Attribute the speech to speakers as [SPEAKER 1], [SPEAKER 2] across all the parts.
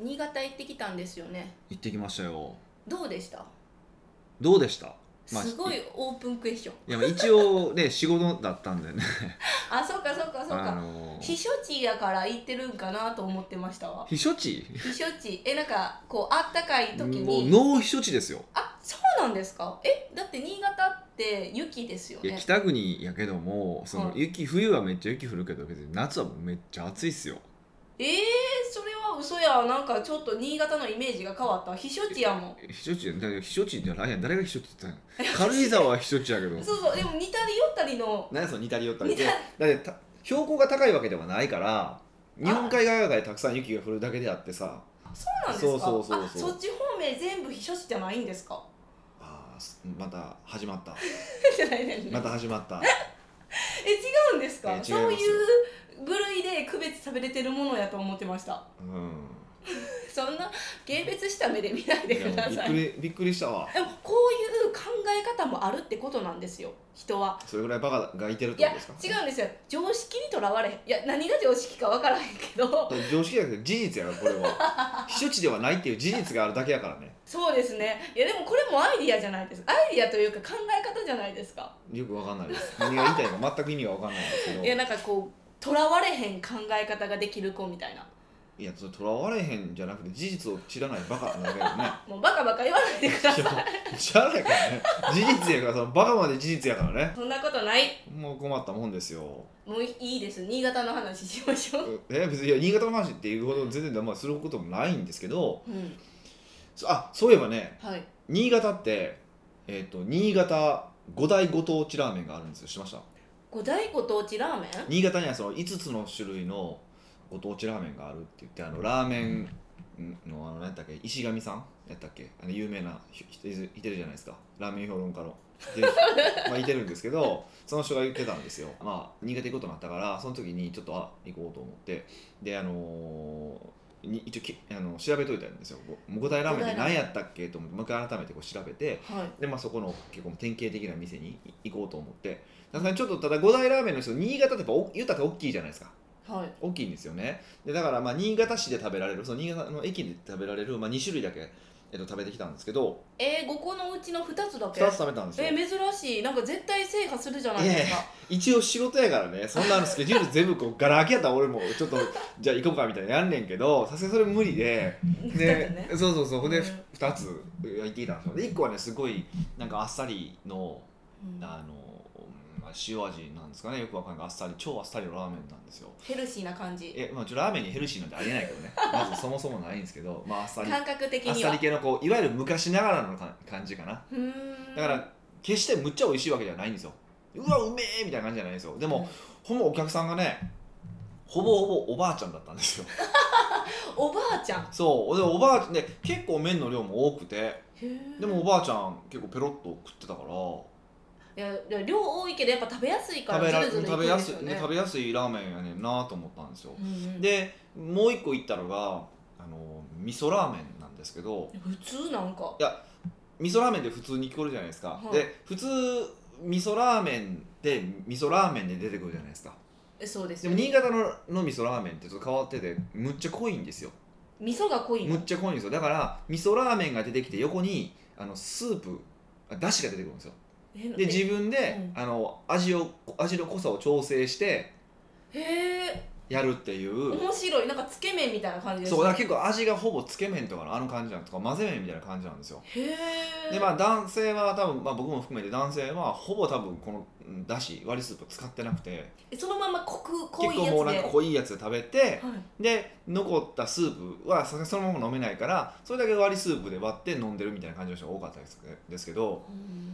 [SPEAKER 1] 新潟行ってきたんですよね
[SPEAKER 2] 行ってきましたよ
[SPEAKER 1] どうでした、
[SPEAKER 2] どうでした、まあ
[SPEAKER 1] すごいオープンクエスチョン
[SPEAKER 2] いやまあ一応ね 仕事だったんでね
[SPEAKER 1] あそうかそうかそう
[SPEAKER 2] あ
[SPEAKER 1] か
[SPEAKER 2] の
[SPEAKER 1] 避暑地やから行ってるんかなと思ってましたわ
[SPEAKER 2] 避暑地
[SPEAKER 1] 避暑地えなんかこうあったかい時
[SPEAKER 2] もう
[SPEAKER 1] に
[SPEAKER 2] ノー避暑地ですよ
[SPEAKER 1] あそうなんですかえだって新潟って雪ですよ
[SPEAKER 2] いや
[SPEAKER 1] ね
[SPEAKER 2] 北国やけどもその
[SPEAKER 1] はい
[SPEAKER 2] 雪冬はめっちゃ雪降るけど別に夏はめっちゃ暑いっすよ
[SPEAKER 1] えー、それは嘘やなんかちょっと新潟のイメージが変わった避暑地やもん
[SPEAKER 2] 避暑地だ避暑地じゃないやん誰が避暑地って言ったんや軽井沢は避暑地やけど
[SPEAKER 1] そうそうでも似たり寄ったりの
[SPEAKER 2] 何やその似たり寄った
[SPEAKER 1] 似たり
[SPEAKER 2] だってた標高が高いわけではないから日本海側でたくさん雪が降るだけであってさ
[SPEAKER 1] そうなんですか
[SPEAKER 2] そうそうそうそう
[SPEAKER 1] あそっち方面全部避暑地じゃないん ですか
[SPEAKER 2] あーすまた始まった
[SPEAKER 1] じゃないですね
[SPEAKER 2] また始 まった
[SPEAKER 1] え違うんですか
[SPEAKER 2] え違います
[SPEAKER 1] そういう部類で区別されてるものやと思ってました
[SPEAKER 2] うん
[SPEAKER 1] そんな軽蔑した目で見ないで
[SPEAKER 2] いや
[SPEAKER 1] ください
[SPEAKER 2] もうびっくりびっくりしたわ
[SPEAKER 1] でもこういう考え方もあるってことなんですよ人は
[SPEAKER 2] それぐらいバカがいてるっ
[SPEAKER 1] い
[SPEAKER 2] てこ
[SPEAKER 1] や
[SPEAKER 2] とですか
[SPEAKER 1] 違うんですよ常識にとらわれへんいや何が常識か分からへんけど
[SPEAKER 2] だって常識だけど事実やからこれは避暑地ではないっていう事実があるだけやからね
[SPEAKER 1] そうですねいやでもこれもアイディアじゃないですアイディアというか考え方じゃないですか
[SPEAKER 2] よくわかんないです何が言いたいのか全く意味がわかんないんですけど
[SPEAKER 1] いやなんかこうとらわれへん考え方ができる子みたいない
[SPEAKER 2] やそれとらわれへんじゃなくて事実を知らないバカなだけどね
[SPEAKER 1] もうバカバカ言わないでください
[SPEAKER 2] いや知らないからね事実やからそのバカまで事実やからね
[SPEAKER 1] そんなことない
[SPEAKER 2] もう困ったもんですよ
[SPEAKER 1] もういいです新潟の話しましょう、
[SPEAKER 2] え別にいや新潟の話っていうほど全然、まあ、することもないんですけど
[SPEAKER 1] うん、
[SPEAKER 2] そあそういえばね
[SPEAKER 1] はい
[SPEAKER 2] 新潟ってえっ、と新潟五大ご当地ラーメンがあるんですよ知ってました
[SPEAKER 1] 五大ご当地ラーメン
[SPEAKER 2] 新潟にはその5つの種類のご当地ラーメンがあるって言ってあのラーメンのあの何やったっけ石神さんやったっけあの有名なひ人いてるじゃないですかラーメン評論家 の。でまあいてるんですけどその人が言ってたんですよ。まあ新潟行くことになったからその時にちょっとあ行こうと思ってであのーに一応きあの調べといたんですよ。もう五大ラーメンって何やったっけと思ってもう一回改めてこう調べて
[SPEAKER 1] はい
[SPEAKER 2] でまあ、そこの結構典型的な店に行こうと思ってさすがにちょっとただ五大ラーメンの人新潟ってやっぱお豊か大きいじゃないですか
[SPEAKER 1] はい
[SPEAKER 2] 大きいんですよねでだからまあ新潟市で食べられるその新潟の駅で食べられる、まあ、2種類だけ、えっと、食べてきたんですけど
[SPEAKER 1] えー、5個のうちの2つだけ
[SPEAKER 2] 2つ食べたんですよ
[SPEAKER 1] えー珍しいなんか絶対制覇するじゃないですか、
[SPEAKER 2] 一応仕事やからねそんなあのスケジュール全部こうガラ空きやったら俺もちょっとじゃあ行こうかみたいなやんねんけどさすがにそれ無理で。
[SPEAKER 1] だって
[SPEAKER 2] で、
[SPEAKER 1] ね
[SPEAKER 2] そうそうそうほん
[SPEAKER 1] う
[SPEAKER 2] で
[SPEAKER 1] ん
[SPEAKER 2] 2つ焼いていたんですよで1個はねすごいなんかあっさりの
[SPEAKER 1] うん
[SPEAKER 2] あのまあ塩味なんですかねよくわかんないけどあっさり超あっさりのラーメンなんですよ
[SPEAKER 1] ヘルシーな感じ
[SPEAKER 2] え、まあ、ちょラーメンにヘルシーなんてありえないけど ねまずそもそもないんですけど、まあ、あっさりあ
[SPEAKER 1] 感覚的
[SPEAKER 2] っ
[SPEAKER 1] に
[SPEAKER 2] さ
[SPEAKER 1] は
[SPEAKER 2] り系のこういわゆる昔ながらのか感じかな
[SPEAKER 1] うーん
[SPEAKER 2] だから決してむっちゃ美味しいわけじゃないんですようわうめえみたいな感じじゃないんですよでも、
[SPEAKER 1] うん
[SPEAKER 2] ほぼお客さんがねほぼほぼおばあちゃんだったんですよ
[SPEAKER 1] おばあちゃん
[SPEAKER 2] そうでおばあちゃんで結構麺の量も多くてで
[SPEAKER 1] で
[SPEAKER 2] もおばあちゃん結構ペロッと食ってたから
[SPEAKER 1] いやいや量多いけどやっぱ食べやすいか
[SPEAKER 2] 食
[SPEAKER 1] ら
[SPEAKER 2] べられ
[SPEAKER 1] ずるずる
[SPEAKER 2] 食べ
[SPEAKER 1] いくん
[SPEAKER 2] や
[SPEAKER 1] です
[SPEAKER 2] い
[SPEAKER 1] よ
[SPEAKER 2] ね
[SPEAKER 1] ね
[SPEAKER 2] 食べやすいラーメンやねんなと思ったんですよ、
[SPEAKER 1] うんうん
[SPEAKER 2] でもう一個行ったのがあの味噌ラーメンなんですけど
[SPEAKER 1] 普通なんか
[SPEAKER 2] 味噌ラーメンって普通に聞こえるじゃないですか、
[SPEAKER 1] はい
[SPEAKER 2] で普通味噌ラーメンって味噌ラーメンで出てくるじゃないですか
[SPEAKER 1] えそうです
[SPEAKER 2] で
[SPEAKER 1] よ
[SPEAKER 2] も
[SPEAKER 1] ね
[SPEAKER 2] 新潟のの味噌ラーメンってちょっと変わっててむっちゃ濃いんですよ
[SPEAKER 1] 味噌が濃いの
[SPEAKER 2] むっちゃ濃いんですよだから味噌ラーメンが出てきて横にあのスープあだしが出てくるんですよ
[SPEAKER 1] え
[SPEAKER 2] で自分で、
[SPEAKER 1] うん
[SPEAKER 2] あの味を味の濃さを調整して
[SPEAKER 1] へえ
[SPEAKER 2] やるっていう
[SPEAKER 1] 面白いなんかつけ麺みたいな感じですね
[SPEAKER 2] そうだから結構味がほぼつけ麺とかのあの感じなんとか混ぜ麺みたいな感じなんですよ
[SPEAKER 1] へえ
[SPEAKER 2] でまあ男性は多分、まあ、僕も含めて男性はほぼ多分このうんだし割りスープ使ってなくて
[SPEAKER 1] そのまま濃く濃
[SPEAKER 2] 結
[SPEAKER 1] いやつ
[SPEAKER 2] 構
[SPEAKER 1] で
[SPEAKER 2] もうなんか濃いやつで食べて
[SPEAKER 1] はい
[SPEAKER 2] で残ったスープはさすがにそのまま飲めないからそれだけ割りスープで割って飲んでるみたいな感じの人が多かったですけですけど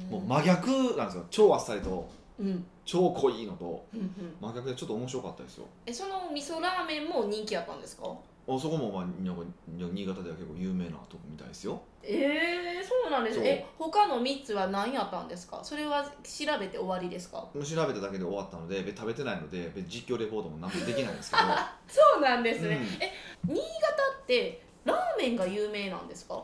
[SPEAKER 2] もう真逆なんですよ超あっさりと
[SPEAKER 1] うんうん
[SPEAKER 2] 超濃いのと
[SPEAKER 1] うんうん
[SPEAKER 2] 真逆でちょっと面白かったですよ
[SPEAKER 1] えその味噌ラーメンも人気やったんですか
[SPEAKER 2] あそこもまあなんか新潟では結構有名なとこみたいですよ
[SPEAKER 1] ええそうなんです
[SPEAKER 2] そう
[SPEAKER 1] え他の3つは何やったんですかそれは調べて終わりですか
[SPEAKER 2] 調べただけで終わったので別に食べてないので別に実況レポートも何もできないんですけど
[SPEAKER 1] そうなんです
[SPEAKER 2] うん
[SPEAKER 1] え新潟ってラーメンが有名なんですか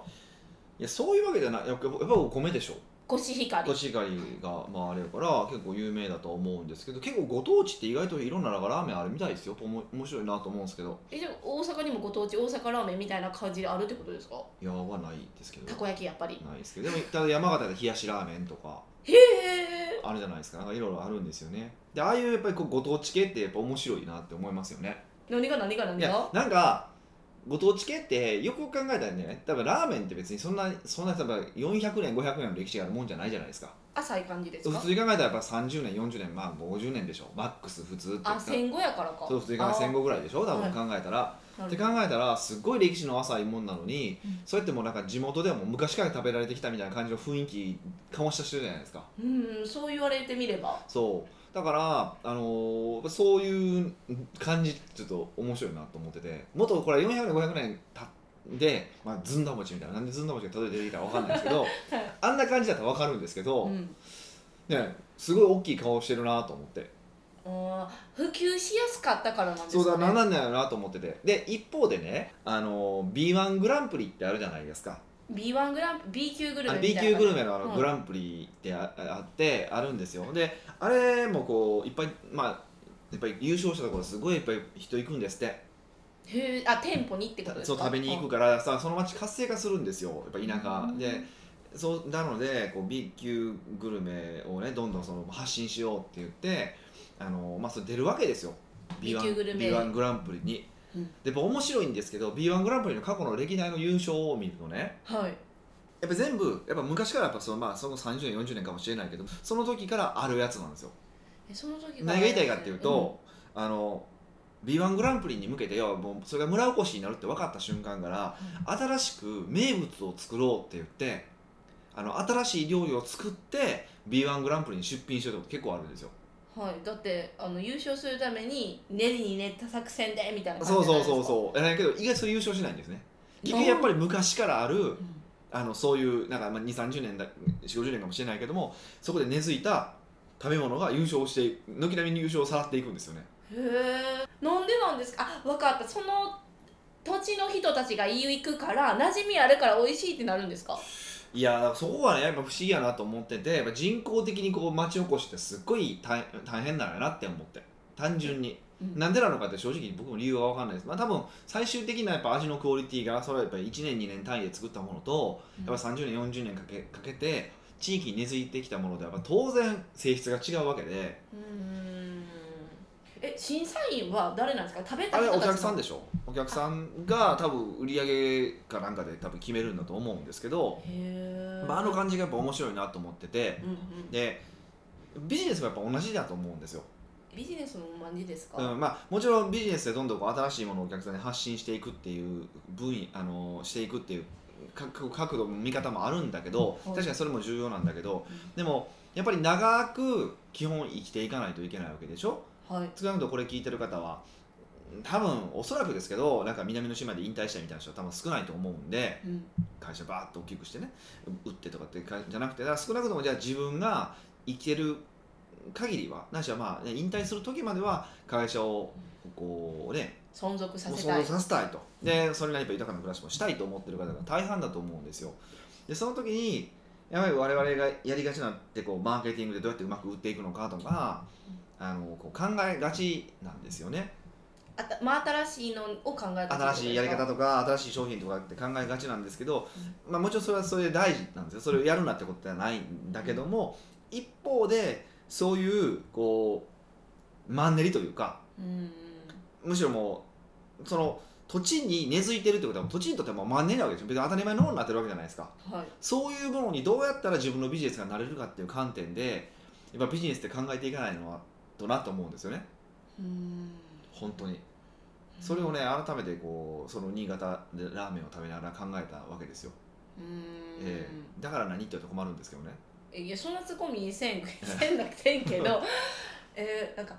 [SPEAKER 2] いやそういうわけじゃないやっぱやっぱお米でしょ
[SPEAKER 1] コシヒカリ
[SPEAKER 2] コシヒカリが、まあ、あれやから結構有名だと思うんですけど結構ご当地って意外といろんなラーメンあるみたいですよと思い面白いなと思うんですけど
[SPEAKER 1] えじゃあ大阪にもご当地大阪ラーメンみたいな感じであるってことですか
[SPEAKER 2] いやはないですけど
[SPEAKER 1] たこ焼きやっぱり
[SPEAKER 2] ないですけどでもただ山形で冷やしラーメンとか
[SPEAKER 1] へえ
[SPEAKER 2] あるじゃないですかなんかいろいろあるんですよねでああいうやっぱりこうご当地系ってやっぱ面白いなって思いますよね
[SPEAKER 1] 何が何が何
[SPEAKER 2] いや
[SPEAKER 1] が
[SPEAKER 2] なんかご当地系ってよく考えたらね多分ラーメンって別にそんなそんな多分400年500年の歴史があるもんじゃないじゃないですか
[SPEAKER 1] 浅い感じです
[SPEAKER 2] 普
[SPEAKER 1] か
[SPEAKER 2] 通に考えたらやっぱ30年40年まあ50年でしょマックス普通って言った
[SPEAKER 1] あ
[SPEAKER 2] ら
[SPEAKER 1] 戦後やからか
[SPEAKER 2] そう普通に考えたら戦後ぐらいでしょ多分考えたら、
[SPEAKER 1] あーな
[SPEAKER 2] っ
[SPEAKER 1] る
[SPEAKER 2] て
[SPEAKER 1] ほ
[SPEAKER 2] 考えたらすごい歴史の浅いもんなのに、
[SPEAKER 1] うん
[SPEAKER 2] そうやってもうなんか地元ではもう昔から食べられてきたみたいな感じの雰囲気醸し出してるじゃないですか
[SPEAKER 1] どうんそう言われてみれば
[SPEAKER 2] そうだから、あのーそういう感じちょっと面白いなと思っててもっとこれ400年500年たで、まあ、ずんだ餅みたいななんでずんだ餅が例えて出てきたか分かんないです けどあんな感じだったら分かるんですけど、
[SPEAKER 1] うん
[SPEAKER 2] ね、すごい大きい顔してるなと思って
[SPEAKER 1] あー普及しやすかったからなんです
[SPEAKER 2] そ
[SPEAKER 1] か、ね、
[SPEAKER 2] うだ何なんだよなと思っててで一方でね、あのー、b 1グランプリってあるじゃないですか
[SPEAKER 1] B1 グランプ B 級グル
[SPEAKER 2] あの
[SPEAKER 1] メみ
[SPEAKER 2] B
[SPEAKER 1] たい
[SPEAKER 2] 級
[SPEAKER 1] な
[SPEAKER 2] グルメのあの
[SPEAKER 1] うん
[SPEAKER 2] グランプリってああってあるんですよであれもこういっぱいまあやっぱり優勝したところすごいいっぱい人行くんですって
[SPEAKER 1] へーあ店舗にってことです
[SPEAKER 2] そ
[SPEAKER 1] か
[SPEAKER 2] う食べに行くからさその町活性化するんですよやっぱ田
[SPEAKER 1] う
[SPEAKER 2] 舎
[SPEAKER 1] ん
[SPEAKER 2] でそうなのでこう B 級グルメをねどんどんその発信しようって言ってあの、まあ、それ出るわけですよ
[SPEAKER 1] B 級グル
[SPEAKER 2] B1,
[SPEAKER 1] メ
[SPEAKER 2] B1 グランプリに。
[SPEAKER 1] うん
[SPEAKER 2] でやっぱ面白いんですけど B1 グランプリの過去の歴代の優勝を見るとね
[SPEAKER 1] うんはい
[SPEAKER 2] やっぱ全部やっぱ昔からやっぱそのまあその30年40年かもしれないけどその時からあるやつなんですよ
[SPEAKER 1] えその時から
[SPEAKER 2] 何が言いたいかっていうと、あの B1 グランプリに向けて要はもうそれが村おこしになるって分かった瞬間から新しく名物を作ろうって言ってあの新しい料理を作って B1 グランプリに出品してるとこ結構あるんですよ
[SPEAKER 1] うん、はいだってあの優勝するために練りに練った作戦でみたいな
[SPEAKER 2] そうそうそう
[SPEAKER 1] う
[SPEAKER 2] そうえだけど意外とそれ優勝しないんですね結局やっぱり昔からあるあのそういうなんかまあ2 3 0年だ4 5 0年かもしれないけどもそこで根付いた食べ物が優勝して軒並みに優勝をさらっていくんですよね
[SPEAKER 1] へえなんでなんですかあ分かったその土地の人たちが言い行くから馴染みあるから美味しいってなるんですか
[SPEAKER 2] いやだからそこはねやっぱ不思議やなと思っててやっぱ人工的にこう町おこしってすっごい大大変なんやなって思って単純に
[SPEAKER 1] うん
[SPEAKER 2] なんでなのかって正直僕も理由は分かんないですまあ多分最終的なやっぱ味のクオリティがそれはやっぱ1年2年単位で作ったものとやっぱ30年40年かけかけて地域に根付いてきたものでやっぱ当然性質が違うわけで
[SPEAKER 1] うーんえ審査員は誰なんですか食べた
[SPEAKER 2] あれ
[SPEAKER 1] 人た
[SPEAKER 2] お
[SPEAKER 1] ちの
[SPEAKER 2] 客さんでしょお客さんが多分売り上げかなんかで多分決めるんだと思うんですけど、
[SPEAKER 1] へえ
[SPEAKER 2] まあ、あの感じがやっぱ面白いなと思ってて
[SPEAKER 1] うんうん、
[SPEAKER 2] でビジネスもやっぱ同じだと思うんですよ、
[SPEAKER 1] ビジネスのマジですか、
[SPEAKER 2] うんまあ、もちろんビジネスでどんどんこう新しいものをお客さんに発信していくっていう分野あのしていくっていう角角度見方もあるんだけど
[SPEAKER 1] はい
[SPEAKER 2] 確かにそれも重要なんだけど
[SPEAKER 1] うん
[SPEAKER 2] でもやっぱり長く基本生きていかないといけないわけでしょ
[SPEAKER 1] はい
[SPEAKER 2] 少なくともこれ聞いてる方は多分おそらくですけどなんか南の島で引退したみたいな人は多分少ないと思うんで
[SPEAKER 1] うん
[SPEAKER 2] 会社バーッと大きくしてね打ってとかってかじゃなくてだから少なくともじゃあ自分が生きてる限りはなしはまあね引退する時までは会社をこうね
[SPEAKER 1] 存続さ
[SPEAKER 2] もう
[SPEAKER 1] せ
[SPEAKER 2] 存
[SPEAKER 1] たい
[SPEAKER 2] 続させたいとでそれなりに豊かな暮らしもしたいと思ってる方が大半だと思うんですよでその時にやはり我々がやりがちなってこうマーケティングでどうやってうまく売っていくのかとかあのこう考えがちなんですよね
[SPEAKER 1] あた真新しいのを考えた
[SPEAKER 2] 新しいやり方とか新しい商品とかって考えがちなんですけど、まあ、もちろんそれはそれで大事なんですよそれをやるなってことではないんだけども、一方でそういうこうマンネリというか
[SPEAKER 1] うん
[SPEAKER 2] むしろもうその土地に根付いてるってことは土地にとってはもうマンネリなわけでしょ別に当たり前のものになってるわけじゃないですか
[SPEAKER 1] はい
[SPEAKER 2] そういうものにどうやったら自分のビジネスがなれるかっていう観点でやっぱビジネスって考えていかないのはとなと思うんですよね
[SPEAKER 1] うん
[SPEAKER 2] 本当に。それをね改めてこうその新潟でラーメンを食べながら考えたわけですよ、
[SPEAKER 1] うん
[SPEAKER 2] えーだから何って言うと困るんですけどね
[SPEAKER 1] えいやそんなツッコミせん せんなくてんけ どえーなんか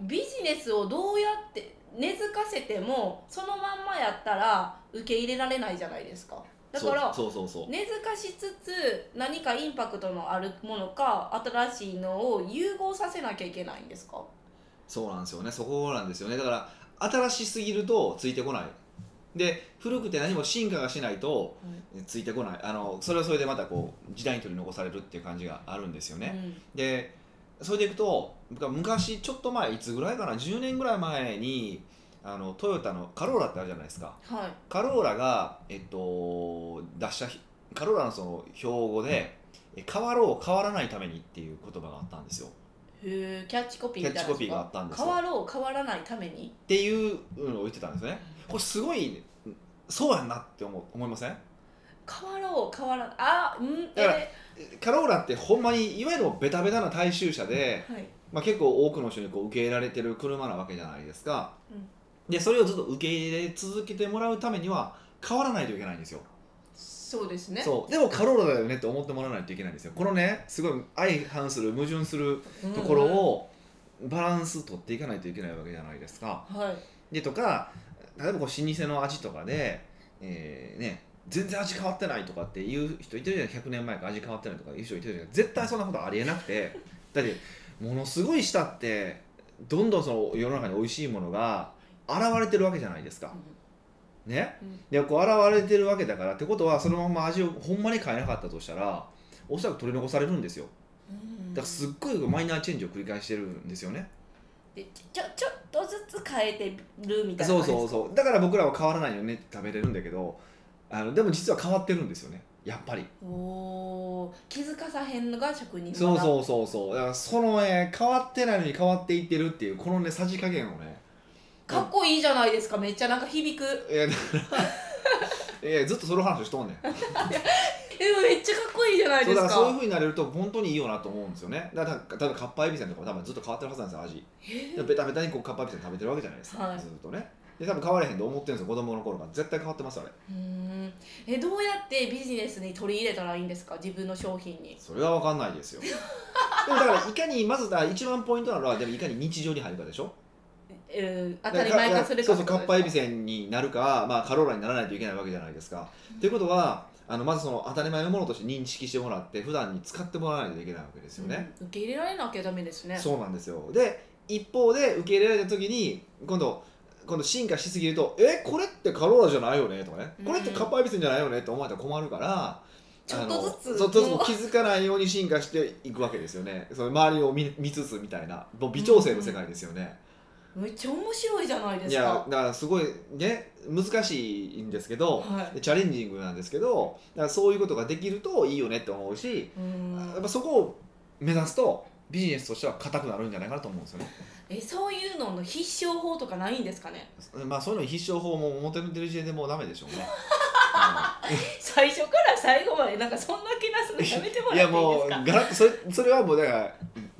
[SPEAKER 1] ビジネスをどうやって根付かせてもそのまんまやったら受け入れられないじゃないですかだから
[SPEAKER 2] そうそうそうそう
[SPEAKER 1] 根付かしつつ何かインパクトのあるものか新しいのを融合させなきゃいけないんですか
[SPEAKER 2] そうなんですよねそこなんですよねだから新しすぎるとついてこないで古くて何も進化がしないと
[SPEAKER 1] うん
[SPEAKER 2] ついてこないあのそれはそれでまたこう時代に取り残されるっていう感じがあるんですよね、でそれでいくと僕は昔ちょっと前いつぐらいかな10年ぐらい前にあのトヨタのカローラってあるじゃないですか
[SPEAKER 1] うんはい
[SPEAKER 2] カローラが、えっと、出したひカローラのその標語でえ変わろう変わらないためにっていう言葉があったんですよ
[SPEAKER 1] へえキャッチコピーみたいな
[SPEAKER 2] キャッチコピーがあったんですよ
[SPEAKER 1] 変わろう変わらないために
[SPEAKER 2] っていうのを言ってたんですねこれすごいそうやんなって思う思いません
[SPEAKER 1] 変わろう変わらあうん
[SPEAKER 2] だから
[SPEAKER 1] え
[SPEAKER 2] カローラってほんまにいわゆるベタベタな大衆車で、
[SPEAKER 1] はい
[SPEAKER 2] まあ、結構多くの人にこう受け入れられてる車なわけじゃないですか、でそれをずっと受け入れ続けてもらうためには変わらないといけないんですよ
[SPEAKER 1] そうですね
[SPEAKER 2] そうでもカローラだよねって思ってもらわないといけないんですよこのねすごい相反する矛盾する
[SPEAKER 1] うん
[SPEAKER 2] ところをバランス取っていかないといけないわけじゃないですか
[SPEAKER 1] はい
[SPEAKER 2] でとか例えばこう老舗の味とかで、えーね、全然味変わってないとかっていう人いてるじゃない100年前から味変わってないとかいう人いてるじゃない絶対そんなことありえなくてだってものすごい舌ってどんどんその世の中に美味しいものが現れてるわけじゃないですか。ね
[SPEAKER 1] うん
[SPEAKER 2] でこう現れてるわけだからってことはそのまま味をほんまに変えなかったとしたらおそらく取り残されるんですよ
[SPEAKER 1] うん
[SPEAKER 2] だからすっごいマイナーチェンジを繰り返してるんですよね
[SPEAKER 1] でちょちょっとずつ変えてるみたいな
[SPEAKER 2] そう
[SPEAKER 1] 感じ
[SPEAKER 2] そうそうだから僕らは変わらないよねって食べれるんだけどあのでも実は変わってるんですよねやっぱり
[SPEAKER 1] うおー気づかさへんのが職人
[SPEAKER 2] そう
[SPEAKER 1] う
[SPEAKER 2] そうそうそうだからそのね変わってないのに変わっていってるっていうこのねさじ加減をね
[SPEAKER 1] かっこいいじゃないですかめっちゃなんか響く
[SPEAKER 2] いや だからいやずっとその話しとんねん
[SPEAKER 1] えめっちゃかっこいいじゃない
[SPEAKER 2] そう
[SPEAKER 1] です
[SPEAKER 2] だか
[SPEAKER 1] から
[SPEAKER 2] そういうふうになれると本当にいいよなと思うんですよねだから多分かっぱえびせんとかも多分ずっと変わってるはずなんですよ味
[SPEAKER 1] え
[SPEAKER 2] でベタベタにこうカッパエビせん食べてるわけじゃないですか、
[SPEAKER 1] はい
[SPEAKER 2] ずっとねで多分変われへんと思ってるんですよ子供の頃から絶対変わってますあれ
[SPEAKER 1] うーんえどうやってビジネスに取り入れたらいいんですか自分の商品に
[SPEAKER 2] それは分かんないですよでもだからいかにまずだ一番ポイントなのはでもいかに日常に入るかでしょ
[SPEAKER 1] えー当たり前化する
[SPEAKER 2] そ
[SPEAKER 1] か
[SPEAKER 2] うそうかっぱえび
[SPEAKER 1] せ
[SPEAKER 2] せんになるか、まあ、カローラにならないといけないわけじゃないですかと、いうことはあのまずその当たり前のものとして認識してもらって普段に使ってもらわないといけないわけですよね、
[SPEAKER 1] うん受け入れられなきゃダメですね
[SPEAKER 2] そうなんですよで一方で受け入れられた時に今度今度進化しすぎると「えこれってカローラじゃないよね」とかね
[SPEAKER 1] うん
[SPEAKER 2] 「これってカッパエビせんじゃないよね」って思われたら困るから
[SPEAKER 1] ちょっとずつ
[SPEAKER 2] あのちょっとずつ気づかないように進化していくわけですよねその周りを見見つつみたいなもう微調整の世界ですよね、
[SPEAKER 1] めっちゃ面白いじゃないで
[SPEAKER 2] い
[SPEAKER 1] す
[SPEAKER 2] や
[SPEAKER 1] か
[SPEAKER 2] だからすごいね難しいんですけど、
[SPEAKER 1] は
[SPEAKER 2] チャレンジングなんですけどだからそういうことができるといいよねって思うし、
[SPEAKER 1] うーん
[SPEAKER 2] やっぱそこを目指すとビジネスとしては硬くなるんじゃないかなと思うんですよね
[SPEAKER 1] えそういうのの必勝法とかないんですかね
[SPEAKER 2] まあそういうのに必勝法も表に出る時点でもうダメでしょ うね。
[SPEAKER 1] 最初から最後までなんかそんな気なすのやめても
[SPEAKER 2] うんい
[SPEAKER 1] ら
[SPEAKER 2] や
[SPEAKER 1] っていい
[SPEAKER 2] もう
[SPEAKER 1] です
[SPEAKER 2] ガ
[SPEAKER 1] か
[SPEAKER 2] ラッとそれそれはもうだから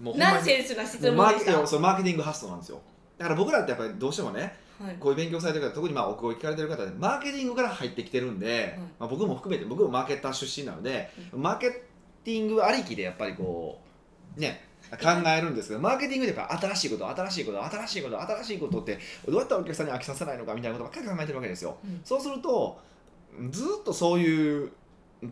[SPEAKER 2] もうほんまに
[SPEAKER 1] ナンセンスな質
[SPEAKER 2] もうマ
[SPEAKER 1] 問
[SPEAKER 2] ー
[SPEAKER 1] でし
[SPEAKER 2] ケ
[SPEAKER 1] た、
[SPEAKER 2] い
[SPEAKER 1] は
[SPEAKER 2] やそうマーケティング発想なんですよ。だから僕らってやっぱりどうしてもね
[SPEAKER 1] い、
[SPEAKER 2] こういう勉強されてる方特にまあ奥を聞かれてる方でマーケティングから入ってきてるんで、
[SPEAKER 1] うん
[SPEAKER 2] まあ、僕も含めて僕もマーケッター出身なので、マーケティングありきでやっぱりこうね考えるんですけどマーケティングでやっぱ新しいこと新しいこと新しいこと新しいことってどうやったらお客さんに飽きさせないのかみたいなことばっかり考えてるわけですよ。
[SPEAKER 1] うん
[SPEAKER 2] そうするとずっとそういう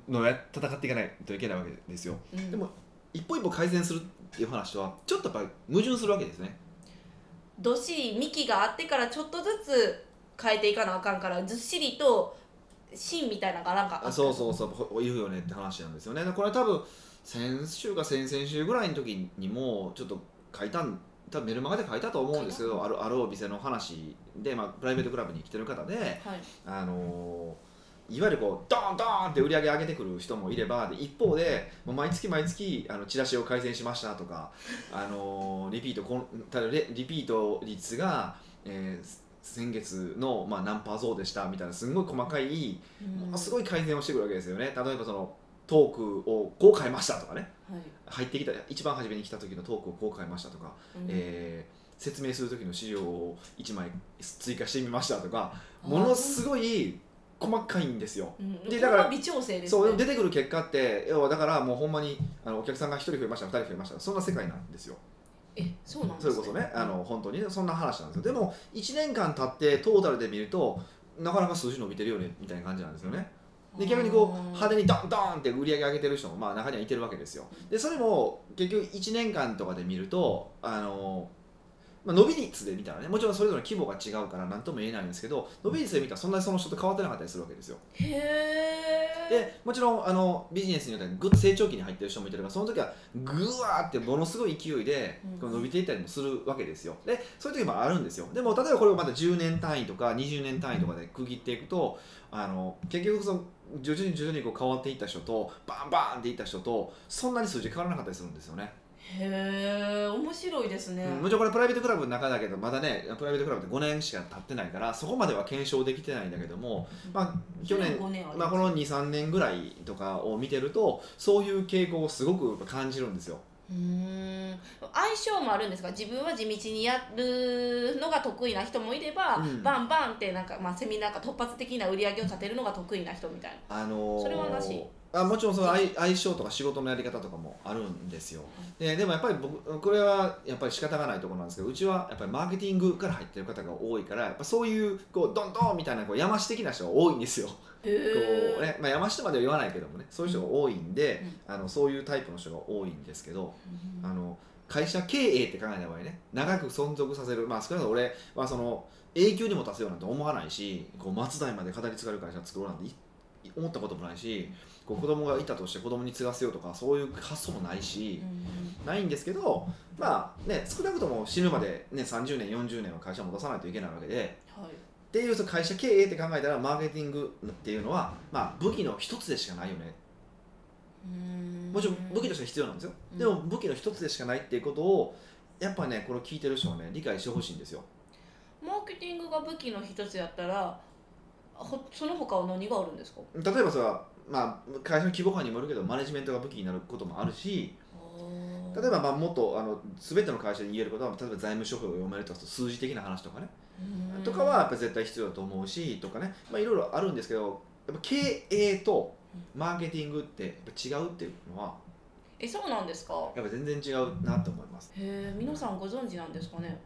[SPEAKER 2] のをや戦っていかないといけないわけですよ
[SPEAKER 1] うん
[SPEAKER 2] でも一歩一歩改善するっていう話とはちょっとやっぱり矛盾するわけですね
[SPEAKER 1] どっしり幹があってからちょっとずつ変えていかなあかんからずっしりと芯みたいなのがなんかあ
[SPEAKER 2] あそうそうそうほ言うよねって話なんですよねでこれは多分先週か先々週ぐらいの時にもちょっと書いたん多分メルマガで書いたと思うんですけどあるあるお店の話で、まあ、プライベートクラブに来てる方で、
[SPEAKER 1] はい
[SPEAKER 2] あのーいわゆるこうドーンドーンって売り上げ上げてくる人もいればで一方でもう毎月毎月あのチラシを改善しましたとか、 あのーリピートこんただレリピート率が、えー先月の、まあ、何パー増でしたみたいなすんごい細かい、ものす
[SPEAKER 1] い、
[SPEAKER 2] ごい改善をしてくるわけですよね例えばそのトークをこう変えましたとかね
[SPEAKER 1] はい
[SPEAKER 2] 入ってきた一番初めに来た時のトークをこう変えましたとか、
[SPEAKER 1] うん
[SPEAKER 2] えー説明する時の資料を1枚追加してみましたとかものすごい細かいんですよ。
[SPEAKER 1] うん
[SPEAKER 2] でだから
[SPEAKER 1] これは微調整ですね
[SPEAKER 2] そう出てくる結果って要はだからもうほんまにあのお客さんが1人増えました2人増えましたそんな世界なんですよ
[SPEAKER 1] えそうなんで
[SPEAKER 2] そ
[SPEAKER 1] す、ね、
[SPEAKER 2] れこそねあの本当にねそんな話なんですよでも1年間経ってトータルで見るとなかなか数字伸びてるよねみたいな感じなんですよねで逆にこう派手にドンドンって売り上げ上げてる人もまあ中にはいてるわけですよでそれも結局1年間とかで見るとあのまあ、伸び率で見たらねもちろんそれぞれ規模が違うから何とも言えないんですけど伸び率で見たらそんなにその人と変わってなかったりするわけですよ
[SPEAKER 1] へえ
[SPEAKER 2] でもちろんあのビジネスによってはぐっと成長期に入ってる人もいてるからその時はぐわーってものすごい勢いで
[SPEAKER 1] うん
[SPEAKER 2] こう伸びていったりもするわけですよでそういう時もあるんですよでも例えばこれをまた10年単位とか20年単位とかで区切っていくとあの結局その徐々に徐々にこう変わっていった人とバンバンっていった人とそんなに数字変わらなかったりするんですよね、
[SPEAKER 1] へえ面白いですね、
[SPEAKER 2] うんもちろんこれプライベートクラブの中だけどまだねプライベートクラブって5年しか経ってないからそこまでは検証できてないんだけどもまあ去年
[SPEAKER 1] 5年は
[SPEAKER 2] まあ、この23年ぐらいとかを見てるとそういう傾向をすごくやっぱ感じるんですよ
[SPEAKER 1] うーん相性もあるんですか自分は地道にやるのが得意な人もいれば、
[SPEAKER 2] うん
[SPEAKER 1] バンバンってなんか、まあ、セミナーか突発的な売り上げを立てるのが得意な人みたいな
[SPEAKER 2] あのー
[SPEAKER 1] それはなし
[SPEAKER 2] あもちろんその相相性とか仕事のやり方とかもあるんですよででもやっぱり僕これはやっぱり仕方がないところなんですけどうちはやっぱりマーケティングから入ってる方が多いからやっぱそういうこうドンドンみたいなこう山師的な人が多いんですよ
[SPEAKER 1] へえ
[SPEAKER 2] こう、ねまあ、山師とまでは言わないけどもねそういう人が多いんで、あのそういうタイプの人が多いんですけどあの会社経営って考えた場合ね長く存続させるまあ少なくとも俺はその永久にもたせようなんて思わないしこう末代まで語り継がれる会社作ろうなんてい思ったこともないしこう子供がいたとして子供に継がせようとかそういう発想もないし、ないんですけどまあね少なくとも死ぬまで、ね、30年40年は会社を持たさないといけないわけで
[SPEAKER 1] はい
[SPEAKER 2] っていうその会社経営って考えたらマーケティングっていうのは、まあ、武器の一つでしかないよねもちろん武器としては必要なんですよ、
[SPEAKER 1] うん
[SPEAKER 2] でも武器の一つでしかないっていうことをやっぱねこれを聞いてる人はね理解してほしいんですよ
[SPEAKER 1] マーケティングが武器の一つやったらほその他は何があるんですか
[SPEAKER 2] 例えばそれは、まあ、会社の規模感にもよるけどマネジメントが武器になることもあるし例えばまあもっとあの全ての会社に言えることは例えば財務諸表を読めるとか数字的な話とかね、
[SPEAKER 1] うん
[SPEAKER 2] とかはやっぱ絶対必要だと思うしとかね、まあ、いろいろあるんですけどやっぱ経営とマーケティングってやっぱ違うっていうのは
[SPEAKER 1] えそうなんですか
[SPEAKER 2] やっぱ全然違うなと思います
[SPEAKER 1] へえ皆さんご存知なんですかね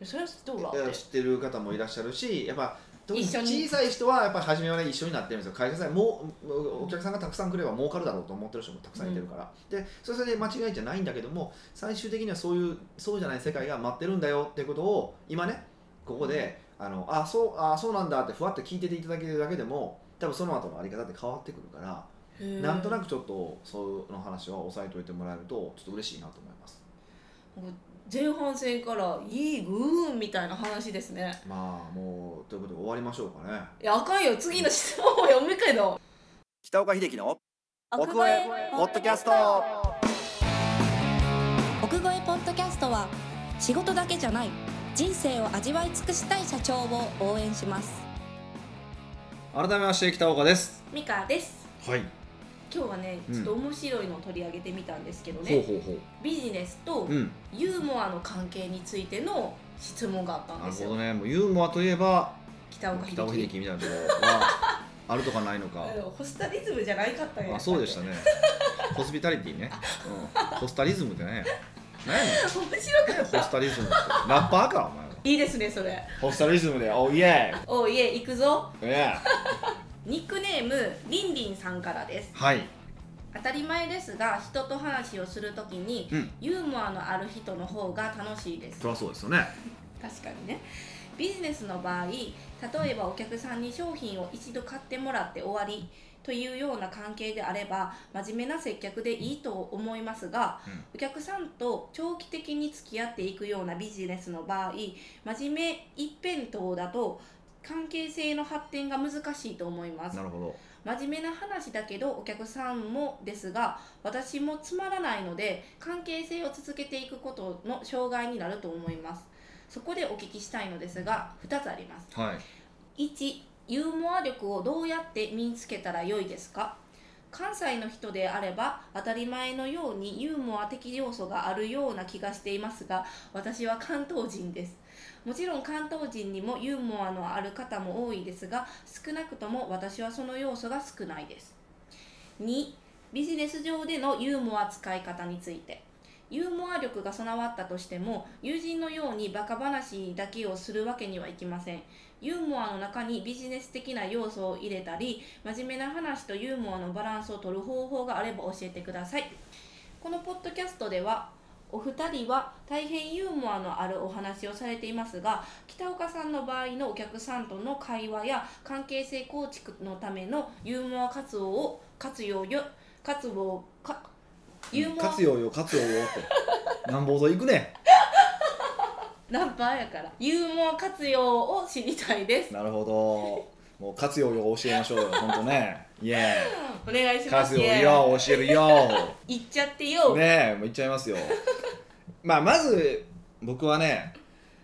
[SPEAKER 1] えそれはどうだっ
[SPEAKER 2] いや
[SPEAKER 1] て
[SPEAKER 2] 知ってる方もいらっしゃるしやっぱ特に
[SPEAKER 1] 一緒に
[SPEAKER 2] 小さい人はやっぱ初めはね一緒になってるんですよ会社さえもうもうお客さんがたくさん来れば儲かるだろうと思ってる人もたくさんいてるから、でそれそれで間違いじゃないんだけども最終的にはそういうそうじゃない世界が待ってるんだよってことを今ねここで、あのあそうあそうなんだってふわっと聞いてていただけるだけでも多分その後のあり方って変わってくるから、
[SPEAKER 1] へえ
[SPEAKER 2] なんとなくちょっとそうの話は押さえておいてもらえるとちょっと嬉しいなと思います
[SPEAKER 1] 前半戦からいいグーンみたいな話ですね
[SPEAKER 2] まあもうということで終わりましょうかね
[SPEAKER 1] いやあかんよ次の質問を読むけど
[SPEAKER 2] 北岡秀樹の奥越えポッドキャスト
[SPEAKER 3] 奥越えポッドキャストは仕事だけじゃない人生を味わい尽くしたい社長を応援します
[SPEAKER 2] 改めまして北岡です
[SPEAKER 1] ミカです
[SPEAKER 2] はい、
[SPEAKER 1] 今日はね
[SPEAKER 2] うん
[SPEAKER 1] ちょっと面白いのを取り上げてみたんですけど
[SPEAKER 2] ほう
[SPEAKER 1] ね、
[SPEAKER 2] ほうほ
[SPEAKER 1] ビジネスと
[SPEAKER 2] ううん
[SPEAKER 1] ユーモアの関係についての質問があったん
[SPEAKER 2] な
[SPEAKER 1] で
[SPEAKER 2] る
[SPEAKER 1] す
[SPEAKER 2] ほ
[SPEAKER 1] よ、
[SPEAKER 2] どねもうユーモアといえば
[SPEAKER 1] 北岡秀
[SPEAKER 2] 北岡秀
[SPEAKER 1] 樹
[SPEAKER 2] 樹みたいなところはあるとかない のか
[SPEAKER 1] うんホスタリズムじゃないかったんや
[SPEAKER 2] あそうでしたねホスピタリティね、うん、ホスタリズムってね何やねん
[SPEAKER 1] 面白かっ
[SPEAKER 2] ホ
[SPEAKER 1] た
[SPEAKER 2] スタリズムってラッパーかお前はい
[SPEAKER 1] いですねそれ
[SPEAKER 2] ホスタリズムでおいえ
[SPEAKER 1] おいえ行くぞ
[SPEAKER 2] イエ
[SPEAKER 1] ニックネームりんりんさんからです
[SPEAKER 2] はい
[SPEAKER 1] 当たり前ですが人と話をするときに
[SPEAKER 2] うん
[SPEAKER 1] ユーモアのある人の方が楽しいです
[SPEAKER 2] そりゃそうですよね
[SPEAKER 1] 確かにねビジネスの場合例えばお客さんに商品を一度買ってもらって終わりというような関係であれば真面目な接客でいいと思いますが、
[SPEAKER 2] うん
[SPEAKER 1] お客さんと長期的に付き合っていくようなビジネスの場合真面目一辺倒だと関係性の発展が難しいと思います
[SPEAKER 2] なるほど
[SPEAKER 1] 真面目な話だけどお客さんもですが私もつまらないので関係性を続けていくことの障害になると思いますそこでお聞きしたいのですが2つあります
[SPEAKER 2] はい
[SPEAKER 1] 1ユーモア力をどうやって身につけたらよいですか関西の人であれば当たり前のようにユーモア的要素があるような気がしていますが私は関東人ですもちろん関東人にもユーモアのある方も多いですが少なくとも私はその要素が少ないです2ビジネス上でのユーモア使い方についてユーモア力が備わったとしても友人のようにバカ話だけをするわけにはいきませんユーモアの中にビジネス的な要素を入れたり真面目な話とユーモアのバランスを取る方法があれば教えてくださいこのポッドキャストではお二人は大変ユーモアのあるお話をされていますが北岡さんの場合のお客さんとの会話や関係性構築のためのユーモア活動を活用よ活動かユーモア
[SPEAKER 2] 活用よ活用よってなんぼぞ行くね
[SPEAKER 1] ナンパやからユーモア活用を知りたいです
[SPEAKER 2] んなるほどもう活用よ教えましょうよほん とねイエ
[SPEAKER 1] お願いし
[SPEAKER 2] ーイ
[SPEAKER 1] ます
[SPEAKER 2] 活用よ教えるよ
[SPEAKER 1] 言っちゃってよ、
[SPEAKER 2] ねえもう行っちゃいますよまあまず僕はね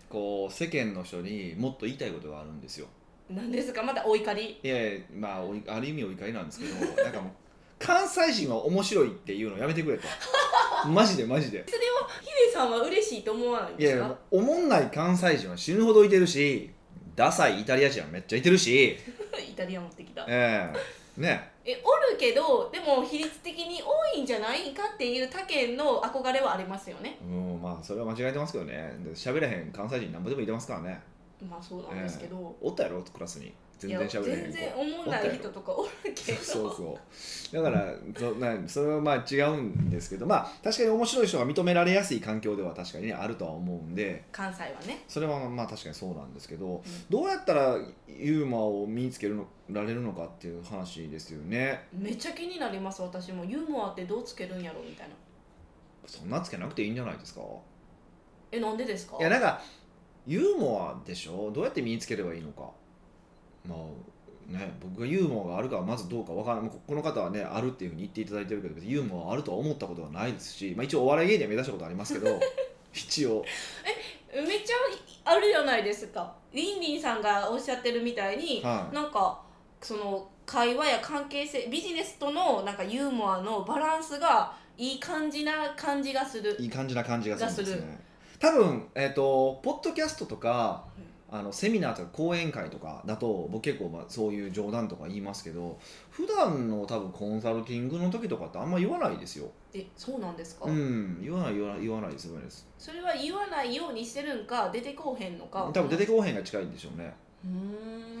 [SPEAKER 2] こう世間の人にもっと言いたいことがあるんですよ
[SPEAKER 1] なんですかまたお怒り
[SPEAKER 2] いやいやまあおいある意味お怒りなんですけどなんかもう関西人は面白いっていうのやめてくれと マジでマジで
[SPEAKER 1] ヒデさんは嬉しいと思わないん
[SPEAKER 2] い
[SPEAKER 1] で
[SPEAKER 2] やい
[SPEAKER 1] す
[SPEAKER 2] やも
[SPEAKER 1] か
[SPEAKER 2] うおもんない関西人は死ぬほどいてるしダサいイタリア人はめっちゃいてるし
[SPEAKER 1] イタリアン持ってきた
[SPEAKER 2] ええね
[SPEAKER 1] えおるけどでも比率的に多いんじゃないかっていう他県の憧れはありますよね
[SPEAKER 2] うんまあそれは間違えてますけどねで喋れへん関西人なんぼでもいてますからね
[SPEAKER 1] まあそうなんですけど、
[SPEAKER 2] おったやろクラスに全
[SPEAKER 1] いや
[SPEAKER 2] 然喋れへ
[SPEAKER 1] 全
[SPEAKER 2] ん子
[SPEAKER 1] 然思わない人とかおるけど
[SPEAKER 2] そうそうだからそなそれはまあ違うんですけどまあ確かに面白い人が認められやすい環境では確かにねあるとは思うんで
[SPEAKER 1] 関西はね
[SPEAKER 2] それはまあ確かにそうなんですけど、どうやったらユーモアを身につけるのられるのかっていう話ですよね
[SPEAKER 1] めっちゃ気になります私もユーモアってどうつけるんやろみたいな
[SPEAKER 2] そんなつけなくていいんじゃないですか
[SPEAKER 1] えなんでですか
[SPEAKER 2] いやなんかユーモアでしょどうやって身につければいいのかまあね、僕がユーモアがあるかはまずどうかわからないもうここの方はねあるっていうふうに言っていただいてるけど別にユーモアはあるとは思ったことはないですし、まあ、一応お笑い芸人は目指したことありますけど一応
[SPEAKER 1] めっちゃあるじゃないですかリンリンさんがおっしゃってるみたいに、
[SPEAKER 2] は い
[SPEAKER 1] なんかその会話や関係性ビジネスとのなんかユーモアのバランスがいい感じな感じがする
[SPEAKER 2] いい感じな感じがするんで
[SPEAKER 1] が
[SPEAKER 2] すね多分、えっとポッドキャストとかあのセミナーとか講演会とかだと僕結構まあそういう冗談とか言いますけど普段の多分コンサルティングの時とかってあんま言わないですよ
[SPEAKER 1] えそうなんですか、
[SPEAKER 2] うん言わない言わない言わないです言わないです
[SPEAKER 1] それは言わないようにしてるんか出てこうへんのか
[SPEAKER 2] 多分出てこうへんが近いんでしょうね、
[SPEAKER 1] うー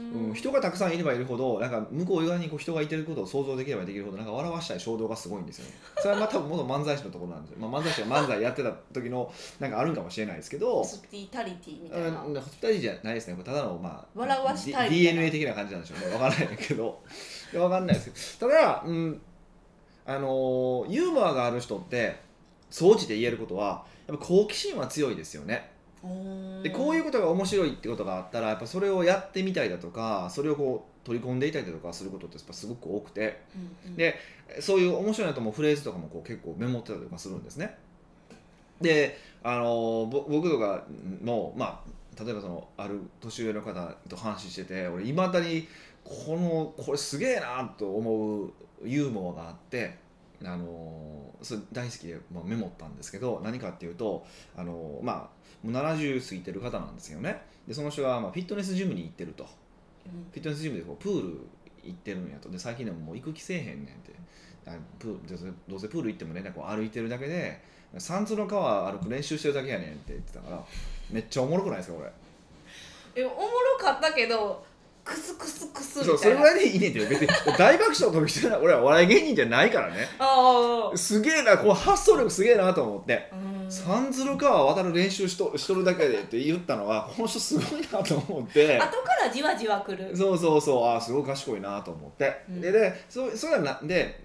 [SPEAKER 2] うん
[SPEAKER 1] ん
[SPEAKER 2] 人がたくさんいればいるほどなんか向こう側にこう人がいてることを想像できればできるほどなんか笑わしたい衝動がすごいんですよねそれはまあ多分元漫才師のところなんですよ、まあ、漫才師が漫才やってた時のなんかあるんかもしれないですけど
[SPEAKER 1] ホスピタリティみたいな
[SPEAKER 2] うん、ホスピタリティじゃないですね、これただの、まあ、
[SPEAKER 1] 笑わしたい
[SPEAKER 2] D-
[SPEAKER 1] みたいな
[SPEAKER 2] DNA 的な感じなんでしょうね、分からないけど、 いやわかんないですけど、ただ、うんあのーユーモアがある人って、総じて言えることは、やっぱ好奇心は強いですよね。でこういう
[SPEAKER 1] こ
[SPEAKER 2] ことが面白いってことがあったら、やっぱそれをやってみたいだとか、それをこう取り込んでいたりだとかすることって、やっぱすごく多くて、
[SPEAKER 1] と、うんうん
[SPEAKER 2] でそういう面白いなと思うフレーズとかもこう結構メモってたりとかするんですね。で、あのぼ僕とかの、まあ、例えばそのある年上の方と話してて俺いまだにこのこれすげえなと思うユーモアがあって、あのそれ大好きで、まあ、メモったんですけど何かっていうと、あのまあ、もう70過ぎてる方なんですよね。でその人がまあフィットネスジムに行ってると。
[SPEAKER 1] うん
[SPEAKER 2] フィットネスジムでこうプール行ってるんやとで最近でももう行く気せえへんねんってあプールどうせどうせプール行ってもねなんかこう歩いてるだけで三途の川歩く練習してるだけやねんって言ってたからめっちゃおもろくないですかこれ
[SPEAKER 1] えおもろかったけどクスクスクスみたい
[SPEAKER 2] そ
[SPEAKER 1] な
[SPEAKER 2] うそれぐらいでいいねんって別に大爆笑飛びしてない俺はお笑い芸人じゃないからね
[SPEAKER 1] あ
[SPEAKER 2] すげえなこう発想力すげえなと思って
[SPEAKER 1] あうん
[SPEAKER 2] 三途の川渡る練習しとしとるだけでって言ったのはこの人すごいなと思って
[SPEAKER 1] 後からじわじわくる
[SPEAKER 2] そうそうそうああすごい賢いなと思って、
[SPEAKER 1] うん
[SPEAKER 2] ででそそれはなで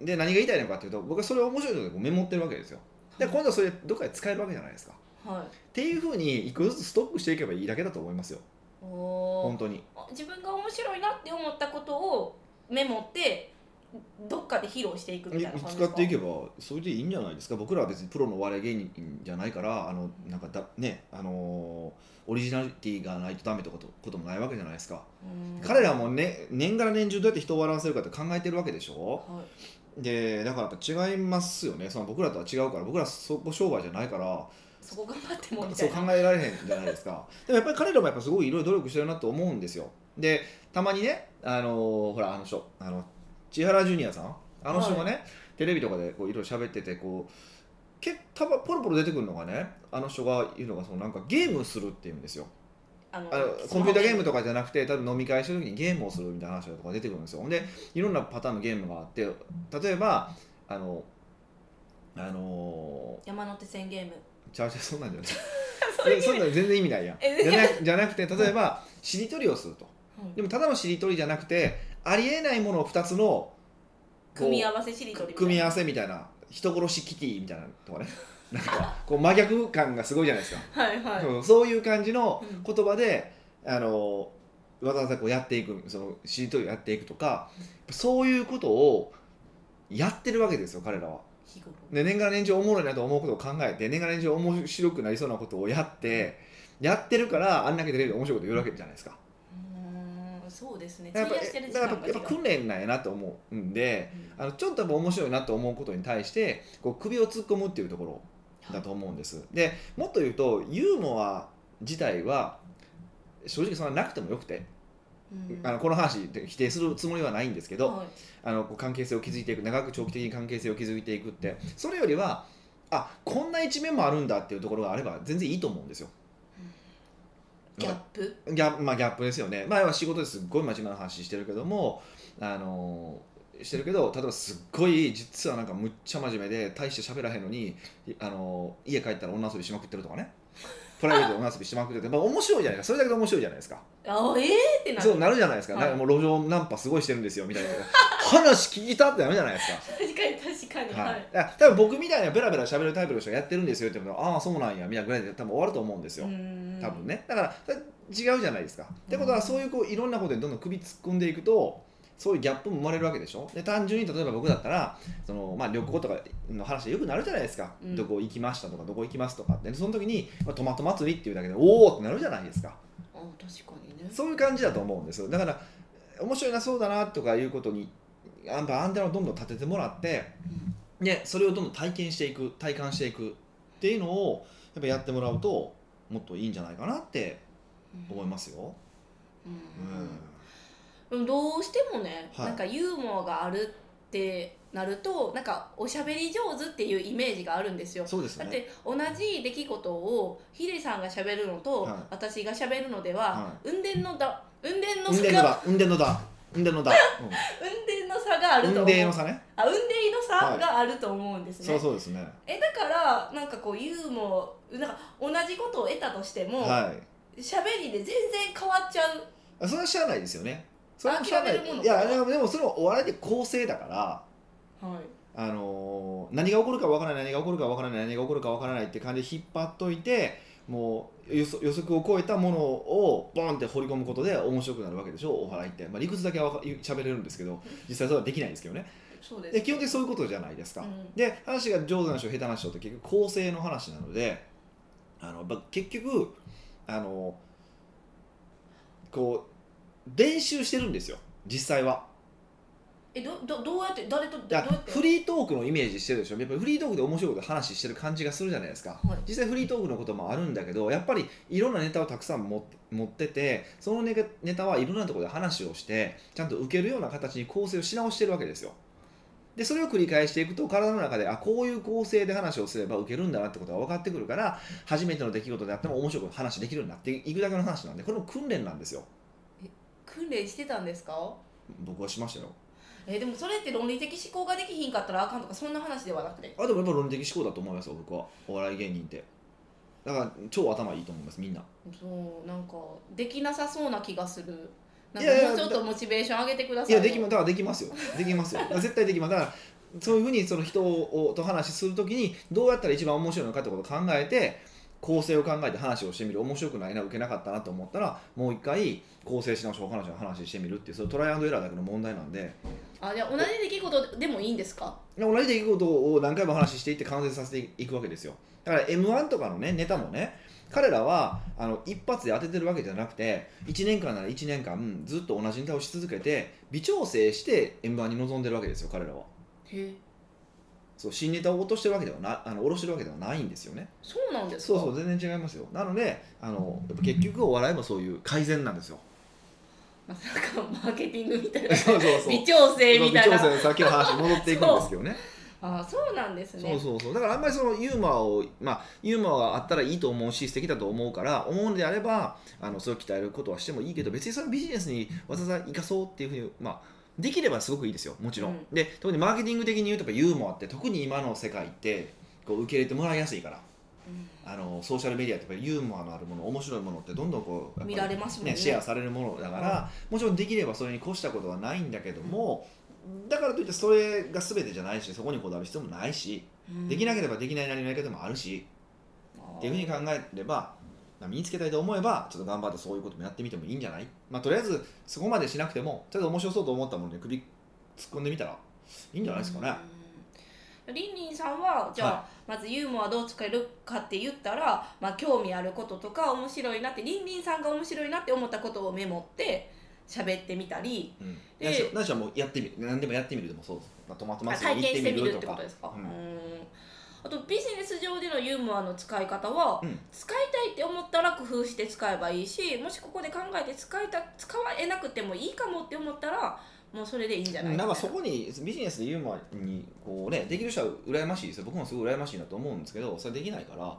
[SPEAKER 2] で何が言いたいのかっていうと僕はそれを面白いとこでメモってるわけですよで今度はそれどっかで使えるわけじゃないですかっ
[SPEAKER 1] は
[SPEAKER 2] ていうふうに一個ずつストックしていけばいいだけだと思いますよ
[SPEAKER 1] いおー
[SPEAKER 2] 本当に
[SPEAKER 1] 自分が面白いなって思ったことをメモってどっかで披露していくみたいな感じ
[SPEAKER 2] 使
[SPEAKER 1] で
[SPEAKER 2] っ
[SPEAKER 1] すか
[SPEAKER 2] ていけばそれでいいんじゃないですか僕らは別にプロのお笑い芸人じゃないからあのなんかだねあのーオリジナリティがないとダメとかとこともないわけじゃないですか
[SPEAKER 1] うん
[SPEAKER 2] 彼らも、ね、年がら年中どうやって人を笑わせるかって考えてるわけでしょ
[SPEAKER 1] はい
[SPEAKER 2] でだからやっぱ違いますよねその僕らとは違うから僕らそこ商売じゃないから
[SPEAKER 1] そこ頑張ってもみた
[SPEAKER 2] そう
[SPEAKER 1] い
[SPEAKER 2] 考
[SPEAKER 1] な
[SPEAKER 2] えられへんじゃないですかでもやっぱり彼らもやっぱすごいいろいろ努力してるなと思うんですよでたまにねあのーほらあの人あの千原ジュニアさんあの人がね、テレビとかでこういろいろ喋っててこうけたまポロポロ出てくるのがねあの人が言うのがそのなんかゲームするっていうんですよ
[SPEAKER 1] あの
[SPEAKER 2] あのコンピューターゲームとかじゃなくて多分飲み会してる時にゲームをするみたいな話とか出てくるんですよほんでいろんなパターンのゲームがあって例えばあのあの
[SPEAKER 1] 山手線ゲーム
[SPEAKER 2] ー、ちゃうちゃうそんなんじゃない
[SPEAKER 1] そういう意
[SPEAKER 2] そん
[SPEAKER 1] 味
[SPEAKER 2] なん全然意味ないやん
[SPEAKER 1] え
[SPEAKER 2] じゃなじゃなくて例えばしりとりをすると
[SPEAKER 1] うん
[SPEAKER 2] でもただのしりとりじゃなくてありえないものを2つのこう
[SPEAKER 1] 組み合わせしりとりみたいな
[SPEAKER 2] 組み合わせみたいな人殺しキティみたいなとかねなんかこう真逆感がすごいじゃないですか、
[SPEAKER 1] はいはい
[SPEAKER 2] そうそういう感じの
[SPEAKER 1] うん
[SPEAKER 2] 言葉で、あのわざわざこうやっていくそのしりとりをやっていくとかそういうことをやってるわけですよ彼らは。
[SPEAKER 1] 日頃
[SPEAKER 2] で年がら年中おもろいなと思うことを考えて年がら年中面白くなりそうなことをやってやってるからあんだけテレビで面白いこと言うわけじゃないですか。
[SPEAKER 1] うーんそうですね
[SPEAKER 2] やっ
[SPEAKER 1] 費
[SPEAKER 2] ぱ
[SPEAKER 1] やしてる時
[SPEAKER 2] だから
[SPEAKER 1] 間
[SPEAKER 2] や
[SPEAKER 1] が違
[SPEAKER 2] っぱや
[SPEAKER 1] う
[SPEAKER 2] っぱ訓練なんやなと思うんで
[SPEAKER 1] うん
[SPEAKER 2] あのちょっとやっぱ面白いなと思うことに対してこう首を突っ込むっていうところだと思うんです。でもっと言うとユーモア自体は正直そんななくてもよくて、
[SPEAKER 1] うん
[SPEAKER 2] あのこの話で否定するつもりはないんですけど、
[SPEAKER 1] はい
[SPEAKER 2] あのこう関係性を築いていく長く長期的に関係性を築いていくってそれよりはあこんな一面もあるんだっていうところがあれば全然いいと思うんですよ。
[SPEAKER 1] ギャップ
[SPEAKER 2] ギャ,、まあ、ギャップですよね前は仕事ですっごい真面目な話してるけどもあのーしてるけど例えばすっごい実はなんかむっちゃ真面目で大して喋らへんのにいあのー家帰ったら女遊びしまくってるとかねプライベートで女遊びしまくってて、まあ、面白いじゃないですかそれだけで面白いじゃないですか
[SPEAKER 1] あええー、ってなる
[SPEAKER 2] そうなるじゃないですか,、
[SPEAKER 1] はい
[SPEAKER 2] なんかもう路上ナンパすごいしてるんですよみたいな話聞いたってダメじゃないですか
[SPEAKER 1] 確かに確かには
[SPEAKER 2] はいい、だから多分僕みたいなベラベラ喋るタイプの人がやってるんですよって言うとああそうなんやみたいなぐらいで多分終わると思うんですよ、
[SPEAKER 1] ん
[SPEAKER 2] 多分ねだからそれ違うじゃないですか。ってこと
[SPEAKER 1] うん
[SPEAKER 2] はそういうこういろんなことにどんどん首突っ込んでいくとそういうギャップも生まれるわけでしょで単純に例えば僕だったらその、まあ、旅行とかの話でよくなるじゃないですか、
[SPEAKER 1] うん
[SPEAKER 2] どこ行きましたとかどこ行きますとかってでその時に、まあ、トマト祭りっていうだけでおおってなるじゃないですか
[SPEAKER 1] あ確かにね
[SPEAKER 2] そういう感じだと思うんですよだから面白いなそうだなとかいうことにあんたアンテナをどんどん立ててもらってでそれをどんどん体験していく体感していくっていうのをやっぱやってもらうともっといいんじゃないかなって思い
[SPEAKER 1] す、
[SPEAKER 2] ますよ。
[SPEAKER 1] う
[SPEAKER 2] うん
[SPEAKER 1] んでもどうしてもね、
[SPEAKER 2] はい
[SPEAKER 1] なんかユーモアがあるってなるとなんかおしゃべり上手っていうイメージがあるんですよ
[SPEAKER 2] そうです
[SPEAKER 1] だ
[SPEAKER 2] よ
[SPEAKER 1] っ
[SPEAKER 2] ね。
[SPEAKER 1] て同じ出来事をヒデさんがしゃべるのと、
[SPEAKER 2] はい
[SPEAKER 1] 私がしゃべるのでは、
[SPEAKER 2] は
[SPEAKER 1] 運転のだ運転の
[SPEAKER 2] 運
[SPEAKER 1] 差
[SPEAKER 2] 転の
[SPEAKER 1] が
[SPEAKER 2] だ、運転のだ、運転のだ、
[SPEAKER 1] 運転の差があ
[SPEAKER 2] う
[SPEAKER 1] る
[SPEAKER 2] ん、
[SPEAKER 1] と
[SPEAKER 2] 運
[SPEAKER 1] 思
[SPEAKER 2] 転
[SPEAKER 1] う
[SPEAKER 2] の差ね。
[SPEAKER 1] あ運転の差があると思うんですね、
[SPEAKER 2] そうそうですね。
[SPEAKER 1] えだからなんかこうユーモアなんか同じことを得たとしても、
[SPEAKER 2] はい。
[SPEAKER 1] しゃべりで全然変わっちゃう
[SPEAKER 2] あそれは知らないですよね。それは知らない。
[SPEAKER 1] 諦めるもの
[SPEAKER 2] いや、でも、でも、そのお笑いって構成だから。
[SPEAKER 1] はい
[SPEAKER 2] あのー何が起こるかわからない何が起こるかわからない何が起こるかわからないって感じで引っ張っといてもう予測予測を超えたものをボンって掘り込むことで面白くなるわけでしょお笑いって、まあ、理屈だけはわか喋れるんですけど実際それはできないですけどね
[SPEAKER 1] そうです
[SPEAKER 2] で基本的にそういうことじゃないですか、
[SPEAKER 1] うん
[SPEAKER 2] で話が上手な人下手な人って結局構成の話なのであのば結局あのこう練習してるんですよ実際は
[SPEAKER 1] えどどどうやって誰とど
[SPEAKER 2] だ
[SPEAKER 1] どうやって
[SPEAKER 2] フリートークのイメージしてるでしょやっぱりフリートークで面白いこと話してる感じがするじゃないですか
[SPEAKER 1] はい
[SPEAKER 2] 実際フリートークのこともあるんだけどやっぱりいろんなネタをたくさん持って持っててそのネタネタはいろんなところで話をしてちゃんと受けるような形に構成をし直してるわけですよでそれを繰り返していくと体の中であこういう構成で話をすれば受けるんだなってことが分かってくるから初めての出来事であっても面白く話できるようになっていくだけの話なんでこれも訓練なんですよ
[SPEAKER 1] 訓練してたんですか
[SPEAKER 2] 僕はしましたよ
[SPEAKER 1] えでもそれって論理的思考ができひんかったらあかんとかそんな話ではなくて
[SPEAKER 2] あでもやっぱ論理的思考だと思いますよ僕はお笑い芸人ってだから超頭いいと思いますみんな
[SPEAKER 1] そうなんかできなさそうな気がするなん
[SPEAKER 2] いやい
[SPEAKER 1] か
[SPEAKER 2] や
[SPEAKER 1] もうちょっとモチベーション上げてください
[SPEAKER 2] いや
[SPEAKER 1] よ
[SPEAKER 2] できまだからできますよできますよだから絶対できますだからそういうふうにその人をと話しするときにどうやったら一番面白いのかってことを考えて構成を考えて話をしてみる面白くないな受けなかったなと思ったらもう一回構成し直し他の人の話してみるっていうそのトライアンドエラーだけの問題なんで
[SPEAKER 1] あじゃあ同じ出来事でもいいんですか
[SPEAKER 2] 同じ出来事を何回も話していって完成させていくわけですよだから m 1とかのねネタもね彼らはあの一発で当ててるわけじゃなくて1年間なら1年間ずっと同じネタをし続けて微調整して m 1に臨んでるわけですよ彼らは
[SPEAKER 1] へえ
[SPEAKER 2] そう新ネタを落としてるわけではなあの下ろしてるわけではないんですよね
[SPEAKER 1] そうなんですか
[SPEAKER 2] そうそう全然違いますよなのであのやっぱ結局お笑いもそういう改善なんですよ
[SPEAKER 1] まさかマーケティングみたいな
[SPEAKER 2] そうそうそう
[SPEAKER 1] 微調整み
[SPEAKER 2] 微
[SPEAKER 1] たい
[SPEAKER 2] 調
[SPEAKER 1] な
[SPEAKER 2] 整の先の話に戻っていくんですけどね
[SPEAKER 1] あそうなんですね
[SPEAKER 2] そうそうそうだからあんまりそのユーモアをまあユーモアがあったらいいと思うし素敵だと思うから思うのであればあのそれを鍛えることはしてもいいけど別にそのビジネスにわざわざ生かそうっていうふうにまあできればすごくいいですよもちろん、
[SPEAKER 1] うん
[SPEAKER 2] で特にマーケティング的に言うとやっぱユーモアって特に今の世界ってこう受け入れてもらいやすいからあのソーシャルメディアってやっぱりユーモアのあるもの面白いものってどんどんこうやっぱり
[SPEAKER 1] 見られますもんね
[SPEAKER 2] ねシェアされるものだから、もちろんできればそれに越したことはないんだけども、だからといってそれが全てじゃないしそこにこだわる必要もないし、できなければできないなりのやり方もあるし、っていうふうに考えればまあ身につけたいと思えばちょっと頑張ってそういうこともやってみてもいいんじゃない、まあ、とりあえずそこまでしなくてもちょっと面白そうと思ったものに首突っ込んでみたらいいんじゃないですかね、
[SPEAKER 1] うん。リンリンさんはじゃあ、
[SPEAKER 2] は
[SPEAKER 1] まずユーモアどう使えるかって言ったら、まあ、興味あることとか面白いなってリンリンさんが面白いなって思ったことをメモって喋ってみたり
[SPEAKER 2] うん、
[SPEAKER 1] で
[SPEAKER 2] 何しろ何しろもうやってみる何でもやってみるでもそうです、まあ、トマト
[SPEAKER 1] ま
[SPEAKER 2] マ
[SPEAKER 1] あ
[SPEAKER 2] スに
[SPEAKER 1] 体
[SPEAKER 2] 行っ
[SPEAKER 1] 験
[SPEAKER 2] て
[SPEAKER 1] して
[SPEAKER 2] み
[SPEAKER 1] みる
[SPEAKER 2] る
[SPEAKER 1] っ
[SPEAKER 2] と
[SPEAKER 1] てこ
[SPEAKER 2] か
[SPEAKER 1] とですか。
[SPEAKER 2] う
[SPEAKER 1] うんんあとビジネス上でのユーモアの使い方は、
[SPEAKER 2] うん
[SPEAKER 1] 使いたいって思ったら工夫して使えばいいしもしここで考えて使いた使わえなくてもいいかもって思ったらもうそれでいいんじゃない
[SPEAKER 2] な
[SPEAKER 1] か
[SPEAKER 2] んかそこにビジネスでユーモアにこう、ね、できる人は羨ましいですよ僕もすごい羨ましいなと思うんですけどそれできないから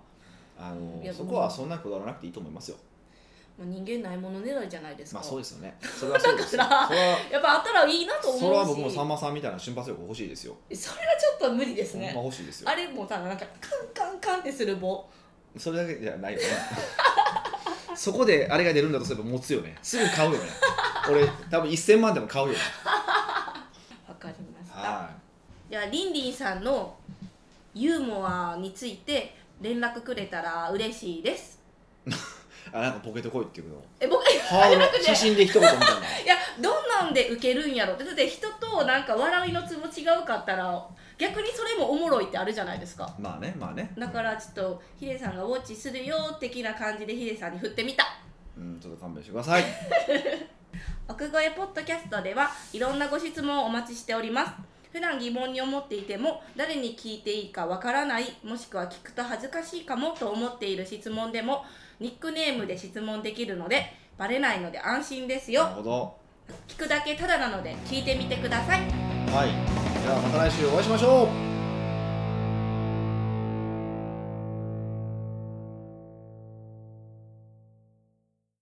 [SPEAKER 2] あの
[SPEAKER 1] いや
[SPEAKER 2] そこはそんなにこだわらなくていいと思いますよ
[SPEAKER 1] もう人間ないものねだりじゃないですか。
[SPEAKER 2] まあそうですよねそれはそうですよ
[SPEAKER 1] だから
[SPEAKER 2] それは
[SPEAKER 1] やっぱあったらいいなと思うし
[SPEAKER 2] それは僕もさんまさんみたいな瞬発力欲しいですよ
[SPEAKER 1] それはちょっと無理です
[SPEAKER 2] ほんま
[SPEAKER 1] ね、
[SPEAKER 2] 欲しいですよ
[SPEAKER 1] あれもうただなんかカンカンカンってする棒
[SPEAKER 2] それだけじゃないよね そこであれが出るんだとすれば持つよねすぐ買うよね俺多分1000万でも買うよね
[SPEAKER 1] わかりました
[SPEAKER 2] は
[SPEAKER 1] じゃあリンリンさんのユーモアについて連絡くれたら嬉しいです
[SPEAKER 2] いあなんかポケット来いっていうの
[SPEAKER 1] え僕
[SPEAKER 2] ハードル
[SPEAKER 1] くて
[SPEAKER 2] 写真で一言みたいない
[SPEAKER 1] やどんなんでウケるんやろってだって人となんか笑いのツボ違うかったら逆にそれもおもろいってあるじゃないですか
[SPEAKER 2] まあねまあね
[SPEAKER 1] だからちょっとヒデさんがウォッチするよ的な感じでヒデさんに振ってみた
[SPEAKER 2] うんちょっと勘弁してください
[SPEAKER 1] 奥越ポッドキャストではいろんなご質問をお待ちしております普段疑問に思っていても誰に聞いていいかわからないもしくは聞くと恥ずかしいかもと思っている質問でもニックネームで質問できるのでバレないので安心です
[SPEAKER 2] なる
[SPEAKER 1] よ
[SPEAKER 2] ほど
[SPEAKER 1] 聞くだけタダなので聞いてみてください
[SPEAKER 2] はい。じゃあまた来週お会いしましょう。